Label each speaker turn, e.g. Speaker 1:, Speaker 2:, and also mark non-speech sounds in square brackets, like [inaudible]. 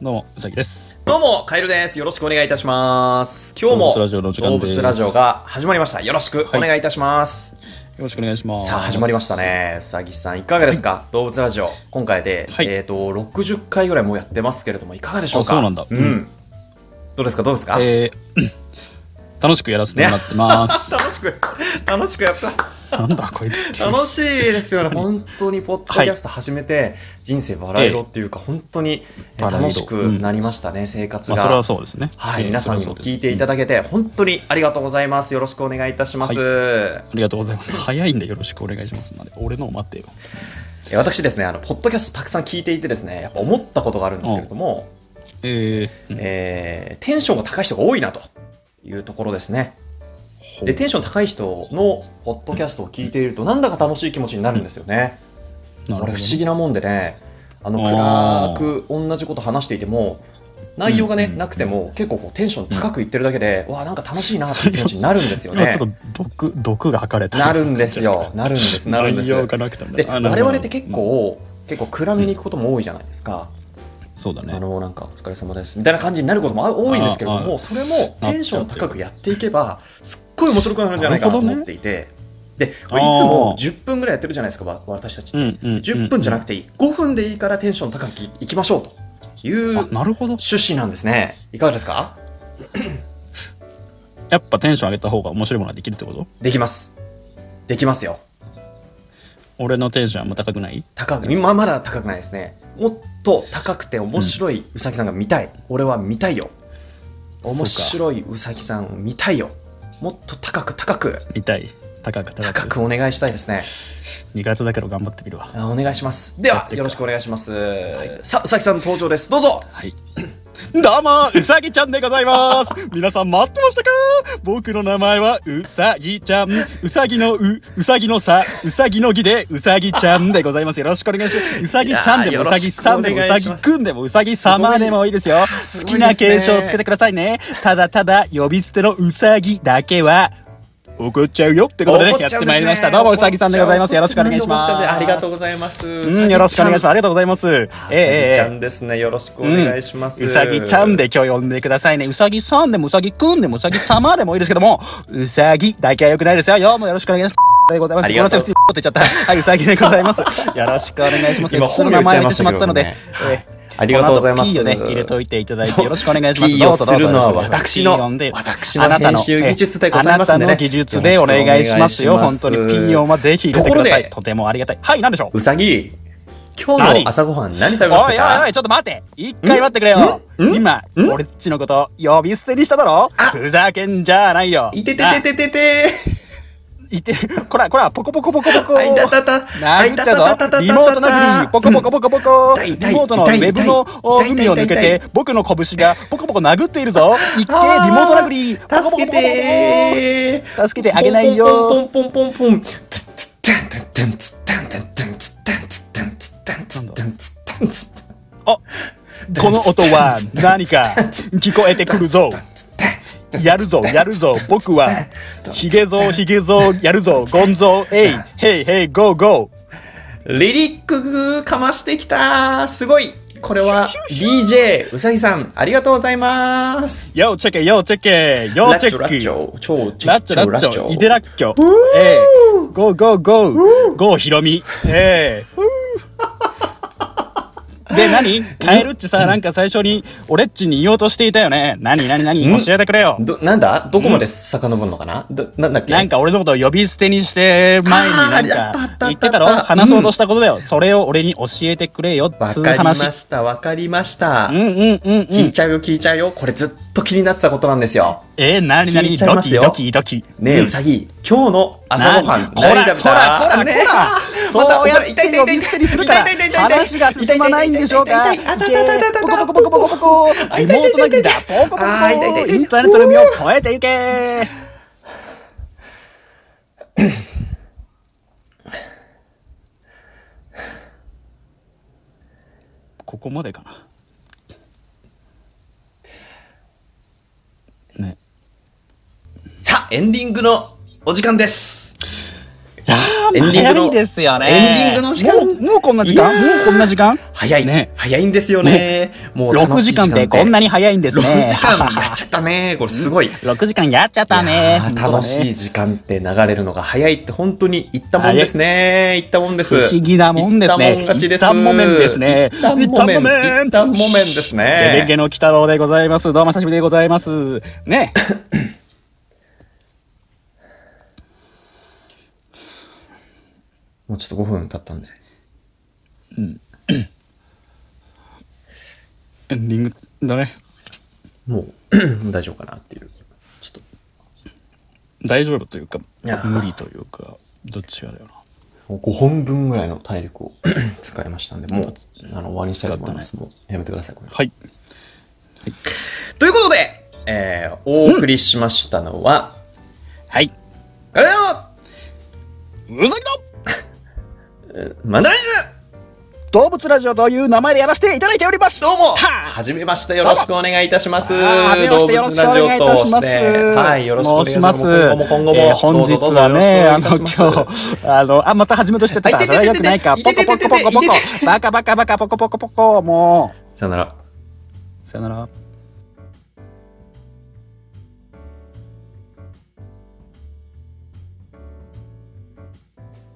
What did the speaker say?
Speaker 1: どうも、うさぎです。
Speaker 2: どうも、カエルです。よろしくお願いいたします。今日も
Speaker 1: 動物ラジオの時間
Speaker 2: 動
Speaker 1: です
Speaker 2: 物ラジオが始まりました。よろしくお願いいたします。
Speaker 1: よろしくお願いします。
Speaker 2: さあ、始まりました。ね。うさぎさん、いかがですか、動物ラジオ、今回で、
Speaker 1: はい
Speaker 2: えっ、と、60回ぐらいもうやってますけれども、いかがでしょうか
Speaker 1: あそうなんだ
Speaker 2: う。
Speaker 1: うん
Speaker 2: どうですか、どうですか、
Speaker 1: えー [coughs] 楽しくやらせてもらってます。
Speaker 2: 楽しく、楽しくやった。
Speaker 1: [laughs] なんだこいつ。
Speaker 2: 楽しいで
Speaker 1: [laughs]
Speaker 2: すよね。本当に、ポッドキャスト始めて、人生バラ色っていうか、本当にえ
Speaker 1: バラ色
Speaker 2: 楽しくなりましたね、生活
Speaker 1: まあ
Speaker 2: が。
Speaker 1: それはそうですね。
Speaker 2: は
Speaker 1: え
Speaker 2: い、
Speaker 1: ー
Speaker 2: 皆さんにも聞いていた
Speaker 1: だ
Speaker 2: だけて、本当にありがとうございます。よろしくお願いいたします。
Speaker 1: ありがとうございます。早いんでよろしくお願いします。なんで俺のを待ってよ。
Speaker 2: え私ですね、あの、ポッドキャストたくさん聞いていてですね、やっぱ思ったことがあるんですけれども、
Speaker 1: えーうん
Speaker 2: えーテンションが高い人が多いなというところですね。
Speaker 1: ほう
Speaker 2: で、テンション高い人のポッドキャストを聞いていると、なんだか楽しい気持ちになるんですよね。
Speaker 1: なるほ
Speaker 2: こ
Speaker 1: ど
Speaker 2: れ不思議なもんでね、あの、
Speaker 1: あ
Speaker 2: 暗
Speaker 1: ー
Speaker 2: く同じこと話していても、内容がね、
Speaker 1: うん
Speaker 2: なくても、結構こうテンション高く言ってるだけで、わあなんか楽しいなっていう気持ちになるんです
Speaker 1: [laughs]
Speaker 2: よ
Speaker 1: 今
Speaker 2: ね
Speaker 1: ちょ。っと毒毒が吐かれた。
Speaker 2: なるんで
Speaker 1: [laughs]
Speaker 2: すよ。。なるんです。なるんで
Speaker 1: 内
Speaker 2: す。
Speaker 1: 容がなくてもね
Speaker 2: で、
Speaker 1: あ
Speaker 2: 我
Speaker 1: なるほど
Speaker 2: 々って結構、結構暗めに行くことも多いじゃないですか。
Speaker 1: うんそうだ
Speaker 2: あ
Speaker 1: ね。
Speaker 2: の、なんか、お疲れ様です。みたいな感じになることもあ多いんですけれど
Speaker 1: ああ
Speaker 2: も、それもテンション高くやっていけば、すっごい面白くなるんじゃないかなと思っていて、で、これいつ
Speaker 1: あ
Speaker 2: も
Speaker 1: あ
Speaker 2: 10分ぐらいやってるじゃないですか、わ私たちって。
Speaker 1: うんうん
Speaker 2: 10分じゃなく
Speaker 1: て。
Speaker 2: ていい。5分でいいからテンション高くいきましょうという
Speaker 1: あ
Speaker 2: 趣
Speaker 1: なるほど。
Speaker 2: 旨なんですね。いかがですか
Speaker 1: やっぱテンション上げた方が面白いものができるってこと？
Speaker 2: できます。できますよ。
Speaker 1: 俺のテンションはあんま高くない？
Speaker 2: 高く今まだ高くないですねもっと高くて面白いうさぎさんが見たい、俺は見たいよ
Speaker 1: そうか
Speaker 2: 面白いうさぎさんを見たいよもっと高く高く
Speaker 1: 見たい。高く高
Speaker 2: 高
Speaker 1: く。
Speaker 2: くお願いしたいですね
Speaker 1: 苦手だけど頑張ってみるわ。
Speaker 2: あお願いしますで
Speaker 1: やっ
Speaker 2: は
Speaker 1: てくか
Speaker 2: よろしくお願いします、さあうさぎさんの登場ですどうぞ
Speaker 1: はい。 [coughs] どうも、うさぎちゃんでござい
Speaker 2: [laughs]
Speaker 1: ます。皆さん待ってましたか僕の名前はうさぎちゃん。うさぎのう、うさぎのさ、うさぎのぎでうさぎちゃんでございます。よろしくお願いし
Speaker 2: [laughs]
Speaker 1: ます。うさぎちゃんで
Speaker 2: いや
Speaker 1: も
Speaker 2: ー
Speaker 1: うさぎさんでも
Speaker 2: よ
Speaker 1: う
Speaker 2: ろ
Speaker 1: さ
Speaker 2: しくお願いし
Speaker 1: ぎ
Speaker 2: ます
Speaker 1: くんでもうさぎ様でもいいですよ。
Speaker 2: す
Speaker 1: 好
Speaker 2: ごい
Speaker 1: きな継承をつけてくださいね。ただただ呼び捨てのうさぎだけは怒っちゃうよってことでね、
Speaker 2: 怒
Speaker 1: や
Speaker 2: っちゃ
Speaker 1: っ
Speaker 2: う
Speaker 1: てますい
Speaker 2: んでね
Speaker 1: りました。どうもうさぎさんでございます。よろしくお願いし
Speaker 2: 怒っち
Speaker 1: ま。
Speaker 2: ゃうんですありがとうご
Speaker 1: い
Speaker 2: ざいます、
Speaker 1: うん、よろしくお願いします。ありがとうございます。えええ
Speaker 2: うさぎちゃ
Speaker 1: え
Speaker 2: んですねよろしくお願いします、
Speaker 1: うさぎちゃんで今日呼んでくださいね。うさぎさんでもうさぎくんでもうさぎ様でもいいですけども、うさぎだけは良くないですよ。ようもよろしくお願いします。でございます。
Speaker 2: あり
Speaker 1: ごめん
Speaker 2: が
Speaker 1: なさい、普
Speaker 2: とう
Speaker 1: 通にポって言っちゃった。はい、うさぎでございます。よろしくお願いします。
Speaker 2: 今
Speaker 1: 普通
Speaker 2: 本
Speaker 1: の
Speaker 2: 名
Speaker 1: 名
Speaker 2: 言っちゃ
Speaker 1: 前
Speaker 2: い
Speaker 1: 言っ
Speaker 2: ま
Speaker 1: て
Speaker 2: し
Speaker 1: したま
Speaker 2: けれ
Speaker 1: っ
Speaker 2: ど
Speaker 1: た
Speaker 2: も
Speaker 1: ので、
Speaker 2: ねはい
Speaker 1: え
Speaker 2: ありがとうございます
Speaker 1: この後 P をね、入れといていただい
Speaker 2: そ
Speaker 1: て
Speaker 2: う
Speaker 1: よろしくお願いします。
Speaker 2: P
Speaker 1: ど
Speaker 2: を
Speaker 1: う
Speaker 2: す
Speaker 1: ぞどうぞ
Speaker 2: るのは
Speaker 1: どうぞ
Speaker 2: 私の
Speaker 1: P を呼んで
Speaker 2: 私の編集技術でございます
Speaker 1: あ
Speaker 2: んでね
Speaker 1: なたの技術でお願いしますよ。
Speaker 2: よろ
Speaker 1: 本
Speaker 2: しく
Speaker 1: 当
Speaker 2: お願い
Speaker 1: に
Speaker 2: します
Speaker 1: P 音はぜひ入れてくださ
Speaker 2: ところで
Speaker 1: い。とてもありがたい。はい、なんでしょう
Speaker 2: うさぎ今日の朝ごはん何食べまし
Speaker 1: おい
Speaker 2: たか
Speaker 1: おいおいちょっと待て一回待ってくれよ
Speaker 2: んん
Speaker 1: 今俺っちのこと呼び捨てにしただろ
Speaker 2: あ
Speaker 1: ふざけんじゃないよ
Speaker 2: いてててててて
Speaker 1: あいてこらこらポコポコポコポコ
Speaker 2: あいたたた
Speaker 1: 殴っちゃうぞリモート殴りポコポコポコポコ
Speaker 2: 痛い
Speaker 1: リ
Speaker 2: 痛い
Speaker 1: モートのウェブの
Speaker 2: 痛い痛い
Speaker 1: 海を抜けて
Speaker 2: 痛
Speaker 1: 僕の拳がポコポコ殴っているぞ一
Speaker 2: あ
Speaker 1: 見
Speaker 2: ー
Speaker 1: リモート殴りポコポコポコ
Speaker 2: 助け
Speaker 1: ポコ
Speaker 2: て
Speaker 1: 助けてあげないよ
Speaker 2: ポンポンポンポンポンツッツッタンタンタンツッタンタンタンツッタンツッタンツッタンツッタンツッタンツッ
Speaker 1: あこの音は何か聞こえてくるぞ
Speaker 2: タン [laughs]
Speaker 1: やるぞやるぞ僕はヒゲぞヒゲぞやるぞゴンゾーえいヘイヘイゴーゴ
Speaker 2: リリックかましてきたすごいこれは DJ うさぎさんありがとうございます
Speaker 1: ーよーチェケよーチェケよーチェ
Speaker 2: ラッチ
Speaker 1: ック
Speaker 2: ョ超
Speaker 1: ラッチョラッチョイデラッキョえーゴーゴーゴーゴーヒロミえーで何カエルっちさなんか最初に俺っちに言おうとしていたよね何何
Speaker 2: ん
Speaker 1: 何教えてくれよ
Speaker 2: どなんだどこまで遡るのかな、どなんだっけ
Speaker 1: なんか俺のことを呼び捨てにして前になん
Speaker 2: あーあったあっ
Speaker 1: か
Speaker 2: たあった
Speaker 1: 言ってたろ話そうとしたことだよ。それを俺に教えてくれよっ
Speaker 2: わ
Speaker 1: つう
Speaker 2: かりま
Speaker 1: 話。
Speaker 2: したわかりました、
Speaker 1: うんうんうんう
Speaker 2: 聞い
Speaker 1: ん。
Speaker 2: ちゃうよ聞いちゃうよこれずっと気になってたことなんですよ
Speaker 1: えー、なにな
Speaker 2: 聞
Speaker 1: に
Speaker 2: いちゃい
Speaker 1: ド
Speaker 2: ます
Speaker 1: キ
Speaker 2: よ
Speaker 1: ドキドキ。
Speaker 2: ねえ、う
Speaker 1: うん
Speaker 2: さぎ今日の朝ごはん
Speaker 1: こらこらこらこら、
Speaker 2: ね
Speaker 1: そうやって呼び捨てにするから
Speaker 2: 痛い痛い痛い痛い
Speaker 1: 話が進まないんでしょうかいけ
Speaker 2: 痛い痛い痛い痛い
Speaker 1: ポコポコポコポコポコリモート殴りだポコポコポ
Speaker 2: あー痛い痛い
Speaker 1: コ
Speaker 2: 痛い
Speaker 1: インターネットの海を越えていけここまでかなね
Speaker 2: さあエンディングのお時間です
Speaker 1: いやー
Speaker 2: エンディング
Speaker 1: 早い
Speaker 2: の
Speaker 1: ですよね。
Speaker 2: エンディングの時間
Speaker 1: もう、もうこんな時間
Speaker 2: いやー
Speaker 1: もうこんな時間
Speaker 2: 早い、
Speaker 1: ね
Speaker 2: 早いんですよね。もう楽
Speaker 1: 6
Speaker 2: しい
Speaker 1: 時間ってこんなに早いんです
Speaker 2: 6
Speaker 1: ね。
Speaker 2: 時間
Speaker 1: [laughs]
Speaker 2: やっちゃったね。これすごい。
Speaker 1: 6時間やっちゃったね
Speaker 2: いや。ー楽し
Speaker 1: い。
Speaker 2: い時間って流れるのが早いって本当に言ったもんですね。言ったもんです。
Speaker 1: 不思議なもんですね。
Speaker 2: 言ったもん勝ちです。
Speaker 1: 一旦もめんですね。
Speaker 2: 一旦もめん。一旦もめんで
Speaker 1: ゲ
Speaker 2: す
Speaker 1: ゲ
Speaker 2: ね。
Speaker 1: ゲの鬼太郎でございます。どうも久しぶりでございます。ね。
Speaker 2: もうちょっと5分経ったんで。
Speaker 1: エンディングだね。
Speaker 2: もう [clears throat] もう大丈夫かなっていう。ちょっ
Speaker 1: 大丈夫というか、
Speaker 2: いやー
Speaker 1: 無理というか、どっちかだよな。
Speaker 2: と、もう5本分ぐらいの体力を [clears throat] 使いましたんで、もう、あの、終わりにしたいと思います。もう、やめてください、これ。
Speaker 1: はい。
Speaker 2: ということで、えー、お送りしましたのは、
Speaker 1: はい。
Speaker 2: ガレの
Speaker 1: うさ
Speaker 2: マンダリン
Speaker 1: ぎの動物ラジオという名前でやらせていただいております。
Speaker 2: どうも
Speaker 1: は
Speaker 2: はじめましてよろしくお願いいたします。
Speaker 1: あー、めましてよろしくお願いいたします。
Speaker 2: はい、よろしくお願い
Speaker 1: 申した
Speaker 2: いし
Speaker 1: ま。
Speaker 2: ますす。今後も今後
Speaker 1: えー
Speaker 2: も。
Speaker 1: 本日はね、あの、今日、あの、あ、また始めとしてた。
Speaker 2: あいて
Speaker 1: そ
Speaker 2: て
Speaker 1: れ
Speaker 2: て
Speaker 1: は
Speaker 2: て
Speaker 1: よくないか。
Speaker 2: い
Speaker 1: ポ
Speaker 2: て
Speaker 1: コ
Speaker 2: てて
Speaker 1: ポコポコポコ
Speaker 2: いてて。
Speaker 1: バカバカバカポコポコポコ、も
Speaker 2: 日。さよなら。
Speaker 1: う。さよなら。